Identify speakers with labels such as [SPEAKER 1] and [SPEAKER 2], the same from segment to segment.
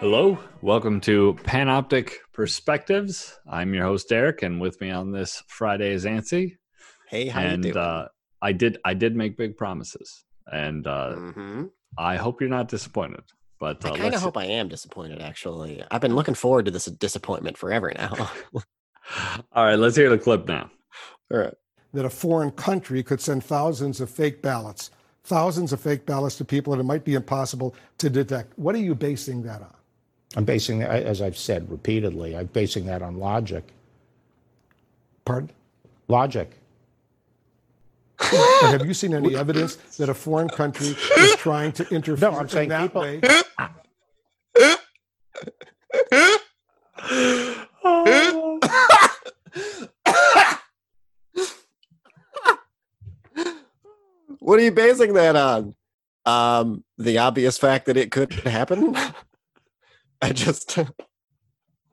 [SPEAKER 1] Hello, welcome to Panoptic Perspectives. I'm your host Derek, and with me on this Friday is Ancy.
[SPEAKER 2] Hey, how
[SPEAKER 1] And
[SPEAKER 2] you doing?
[SPEAKER 1] uh, I did I did make big promises, and uh,
[SPEAKER 2] Mhm.
[SPEAKER 1] I hope you're not disappointed. But uh,
[SPEAKER 2] I kind
[SPEAKER 1] let's-
[SPEAKER 2] of hope I am disappointed. Actually, I've been looking forward to this disappointment forever now.
[SPEAKER 1] all right, let's hear the clip now.
[SPEAKER 2] All right.
[SPEAKER 3] that a foreign country could send thousands of fake ballots, thousands of fake ballots to people that it might be impossible to detect. What are you basing that on?
[SPEAKER 4] I'm basing, I- as I've said repeatedly, I'm basing that on logic.
[SPEAKER 3] Pardon?
[SPEAKER 4] Logic.
[SPEAKER 3] And have you seen any evidence that a foreign country is trying to interfere
[SPEAKER 4] I'm
[SPEAKER 3] in
[SPEAKER 4] saying
[SPEAKER 3] that
[SPEAKER 4] people-
[SPEAKER 3] way?
[SPEAKER 1] Oh.
[SPEAKER 2] What are you basing that on? Um, the obvious fact that it could happen. I just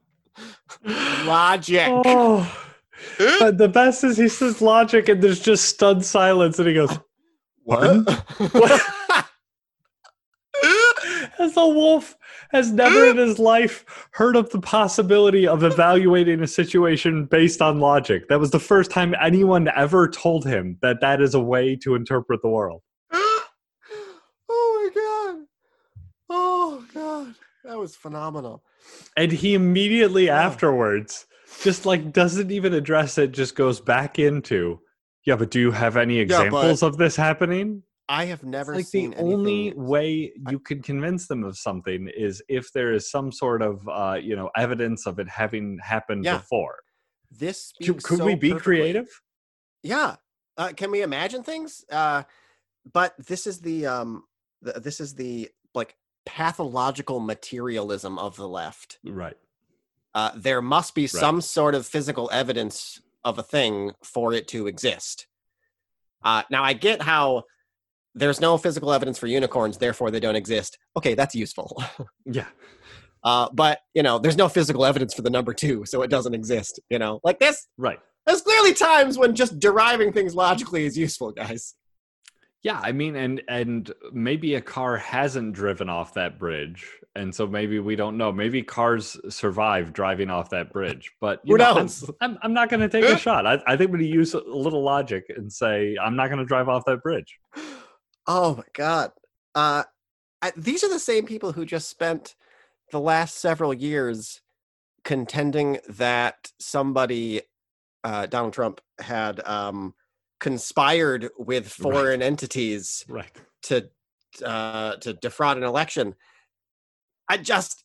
[SPEAKER 2] logic.
[SPEAKER 1] Oh. But the best is he says logic, and there's just stunned silence, and he goes,
[SPEAKER 2] What?
[SPEAKER 1] Has the wolf has never in his life heard of the possibility of evaluating a situation based on logic. That was the first time anyone ever told him that that is a way to interpret the world.
[SPEAKER 2] oh my god! Oh god! That was phenomenal.
[SPEAKER 1] And he immediately
[SPEAKER 2] Yeah.
[SPEAKER 1] afterwards just like doesn't even address it, just goes back into, yeah, but do you have any
[SPEAKER 2] but-
[SPEAKER 1] examples of this happening?
[SPEAKER 2] I have never
[SPEAKER 1] like
[SPEAKER 2] seen
[SPEAKER 1] the only
[SPEAKER 2] anything-
[SPEAKER 1] way
[SPEAKER 2] I-
[SPEAKER 1] you can convince them of something is if there is some sort of uh, you know evidence of it having happened
[SPEAKER 2] Yeah.
[SPEAKER 1] before.
[SPEAKER 2] This speaks
[SPEAKER 1] Could, could
[SPEAKER 2] so
[SPEAKER 1] we be
[SPEAKER 2] perfectly.
[SPEAKER 1] creative?
[SPEAKER 2] yeah uh, can we imagine things uh, but this is the um th- this is the like pathological materialism of the left
[SPEAKER 1] Right.
[SPEAKER 2] uh, there must be
[SPEAKER 1] Right.
[SPEAKER 2] some sort of physical evidence of a thing for it to exist uh, now i get how there's no physical evidence for unicorns therefore they don't exist okay that's useful
[SPEAKER 1] Yeah.
[SPEAKER 2] uh, but you know there's no physical evidence for the number two so it doesn't exist you know like this
[SPEAKER 1] Right.
[SPEAKER 2] there's clearly times when just deriving things logically is useful guys
[SPEAKER 1] Yeah. I mean, and and maybe a car hasn't driven off that bridge, and so maybe we don't know. Maybe cars survive driving off that bridge, but you
[SPEAKER 2] Who
[SPEAKER 1] know, I'm-
[SPEAKER 2] knows?
[SPEAKER 1] I'm, I'm, not going to take a shot. I, I think we need to use a little logic and say I'm not going to drive off that bridge.
[SPEAKER 2] Oh my god. Uh I, these are the same people who just spent the last several years contending that somebody uh Donald Trump had um conspired with
[SPEAKER 1] Right.
[SPEAKER 2] foreign entities
[SPEAKER 1] Right.
[SPEAKER 2] to uh to defraud an election. I just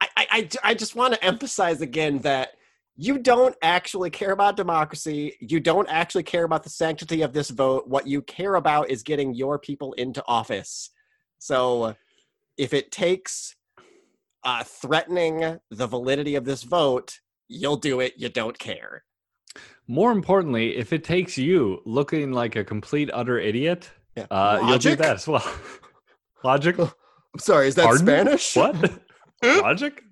[SPEAKER 2] I I I, ju- I just want to emphasize again that you don't actually care about democracy. You don't actually care about the sanctity of this vote. What you care about is getting your people into office. So if it takes uh, threatening the validity of this vote, you'll do it. You don't care.
[SPEAKER 1] More importantly, if it takes you looking like a complete utter idiot,
[SPEAKER 2] Yeah.
[SPEAKER 1] uh, you'll do
[SPEAKER 2] Logic?
[SPEAKER 1] that as well. Logic?
[SPEAKER 2] I'm sorry, is that
[SPEAKER 1] Pardon?
[SPEAKER 2] Spanish? Eh?
[SPEAKER 1] What? logic?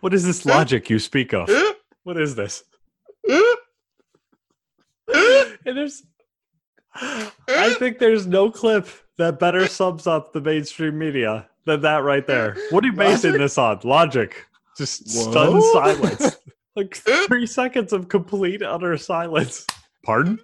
[SPEAKER 1] What is this logic you speak of?
[SPEAKER 2] Eh?
[SPEAKER 1] What is this?
[SPEAKER 2] Eh?
[SPEAKER 1] And there's, I think there's no clip that better sums up the mainstream media than that right there. What are you basing
[SPEAKER 2] Logic?
[SPEAKER 1] this on? Logic. Just stunned
[SPEAKER 2] Whoa. Eh?
[SPEAKER 1] silence. Like three seconds of complete utter silence. Pardon?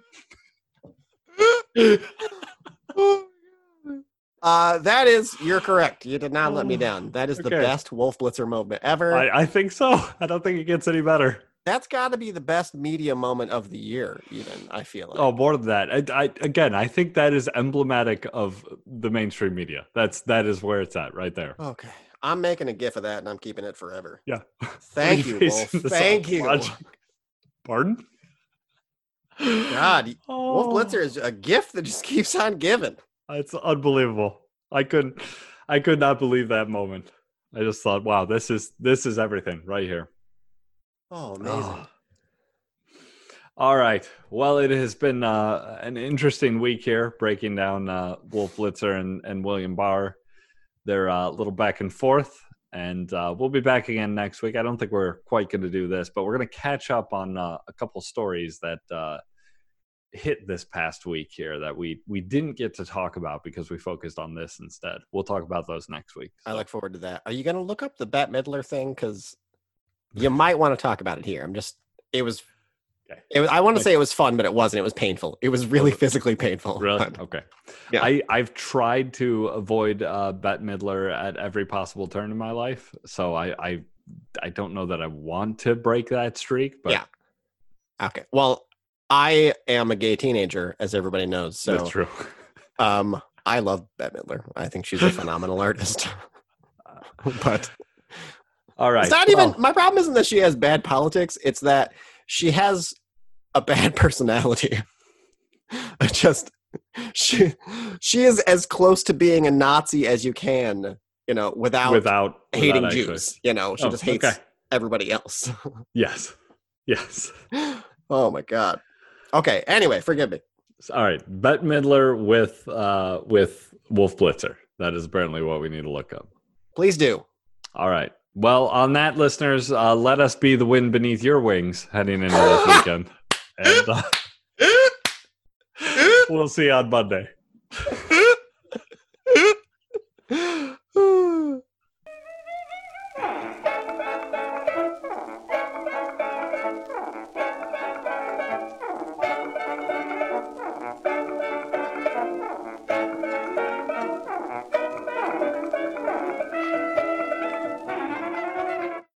[SPEAKER 2] Uh, that is, you're correct. You did not let me
[SPEAKER 1] Oh,
[SPEAKER 2] down. That is the
[SPEAKER 1] okay.
[SPEAKER 2] best Wolf Blitzer moment ever.
[SPEAKER 1] I, I think so. I don't think it gets any better.
[SPEAKER 2] That's got to be the best media moment of the year, even, I feel like.
[SPEAKER 1] Oh, more than that. I, I again, I think that is emblematic of the mainstream media. That's that is where it's at right there.
[SPEAKER 2] Okay. I'm making a gif of that and I'm keeping it forever.
[SPEAKER 1] Yeah.
[SPEAKER 2] Thank you, Wolf.
[SPEAKER 1] Based on
[SPEAKER 2] Thank you.
[SPEAKER 1] logic. Pardon?
[SPEAKER 2] God, y-
[SPEAKER 1] oh,
[SPEAKER 2] Wolf Blitzer is a gift that just keeps on giving.
[SPEAKER 1] It's unbelievable. I couldn't. I could not believe that moment. I just thought, wow, this is this is everything right here.
[SPEAKER 2] Oh, amazing.
[SPEAKER 1] Ah. All right. Well, it has been uh, an interesting week here, breaking down uh, Wolf Blitzer and, and William Barr, their uh, little back and forth. And uh, we'll be back again next week. I don't think we're quite going to do this, but we're going to catch up on uh, a couple stories that uh, hit this past week here that we we didn't get to talk about because we focused on this instead. We'll talk about those next week.
[SPEAKER 2] I look forward to that. Are you going to look up the Bat Midler thing? Because you might want to talk about it here. I'm just. It was.
[SPEAKER 1] Okay.
[SPEAKER 2] It was. I want to
[SPEAKER 1] Like-
[SPEAKER 2] say it was fun, but it wasn't. It was painful. It was really physically painful.
[SPEAKER 1] Really?
[SPEAKER 2] but-
[SPEAKER 1] Okay.
[SPEAKER 2] Yeah.
[SPEAKER 1] I, I've tried to avoid uh, Bette Midler at every possible turn in my life, so I, I I don't know that I want to break that streak. But
[SPEAKER 2] Yeah. Okay. Well, I am a gay teenager, as everybody knows. So
[SPEAKER 1] that's true.
[SPEAKER 2] um, I love Bette Midler. I think she's a phenomenal artist. but
[SPEAKER 1] All right.
[SPEAKER 2] it's not even
[SPEAKER 1] Well,
[SPEAKER 2] my problem. Isn't that she has bad politics? It's that she has a bad personality. I just she she is as close to being a Nazi as you can. You know, without,
[SPEAKER 1] without
[SPEAKER 2] hating
[SPEAKER 1] without actually-
[SPEAKER 2] Jews. You know, she
[SPEAKER 1] Oh,
[SPEAKER 2] just hates
[SPEAKER 1] okay.
[SPEAKER 2] everybody else.
[SPEAKER 1] Yes. Yes.
[SPEAKER 2] oh my god. Okay. Anyway, forgive me.
[SPEAKER 1] All right, Bette Midler with uh, with Wolf Blitzer. That is apparently what we need to look up.
[SPEAKER 2] Please do.
[SPEAKER 1] All right. Well, on that, listeners, uh, let us be the wind beneath your wings heading into this weekend, and uh, we'll see you on Monday.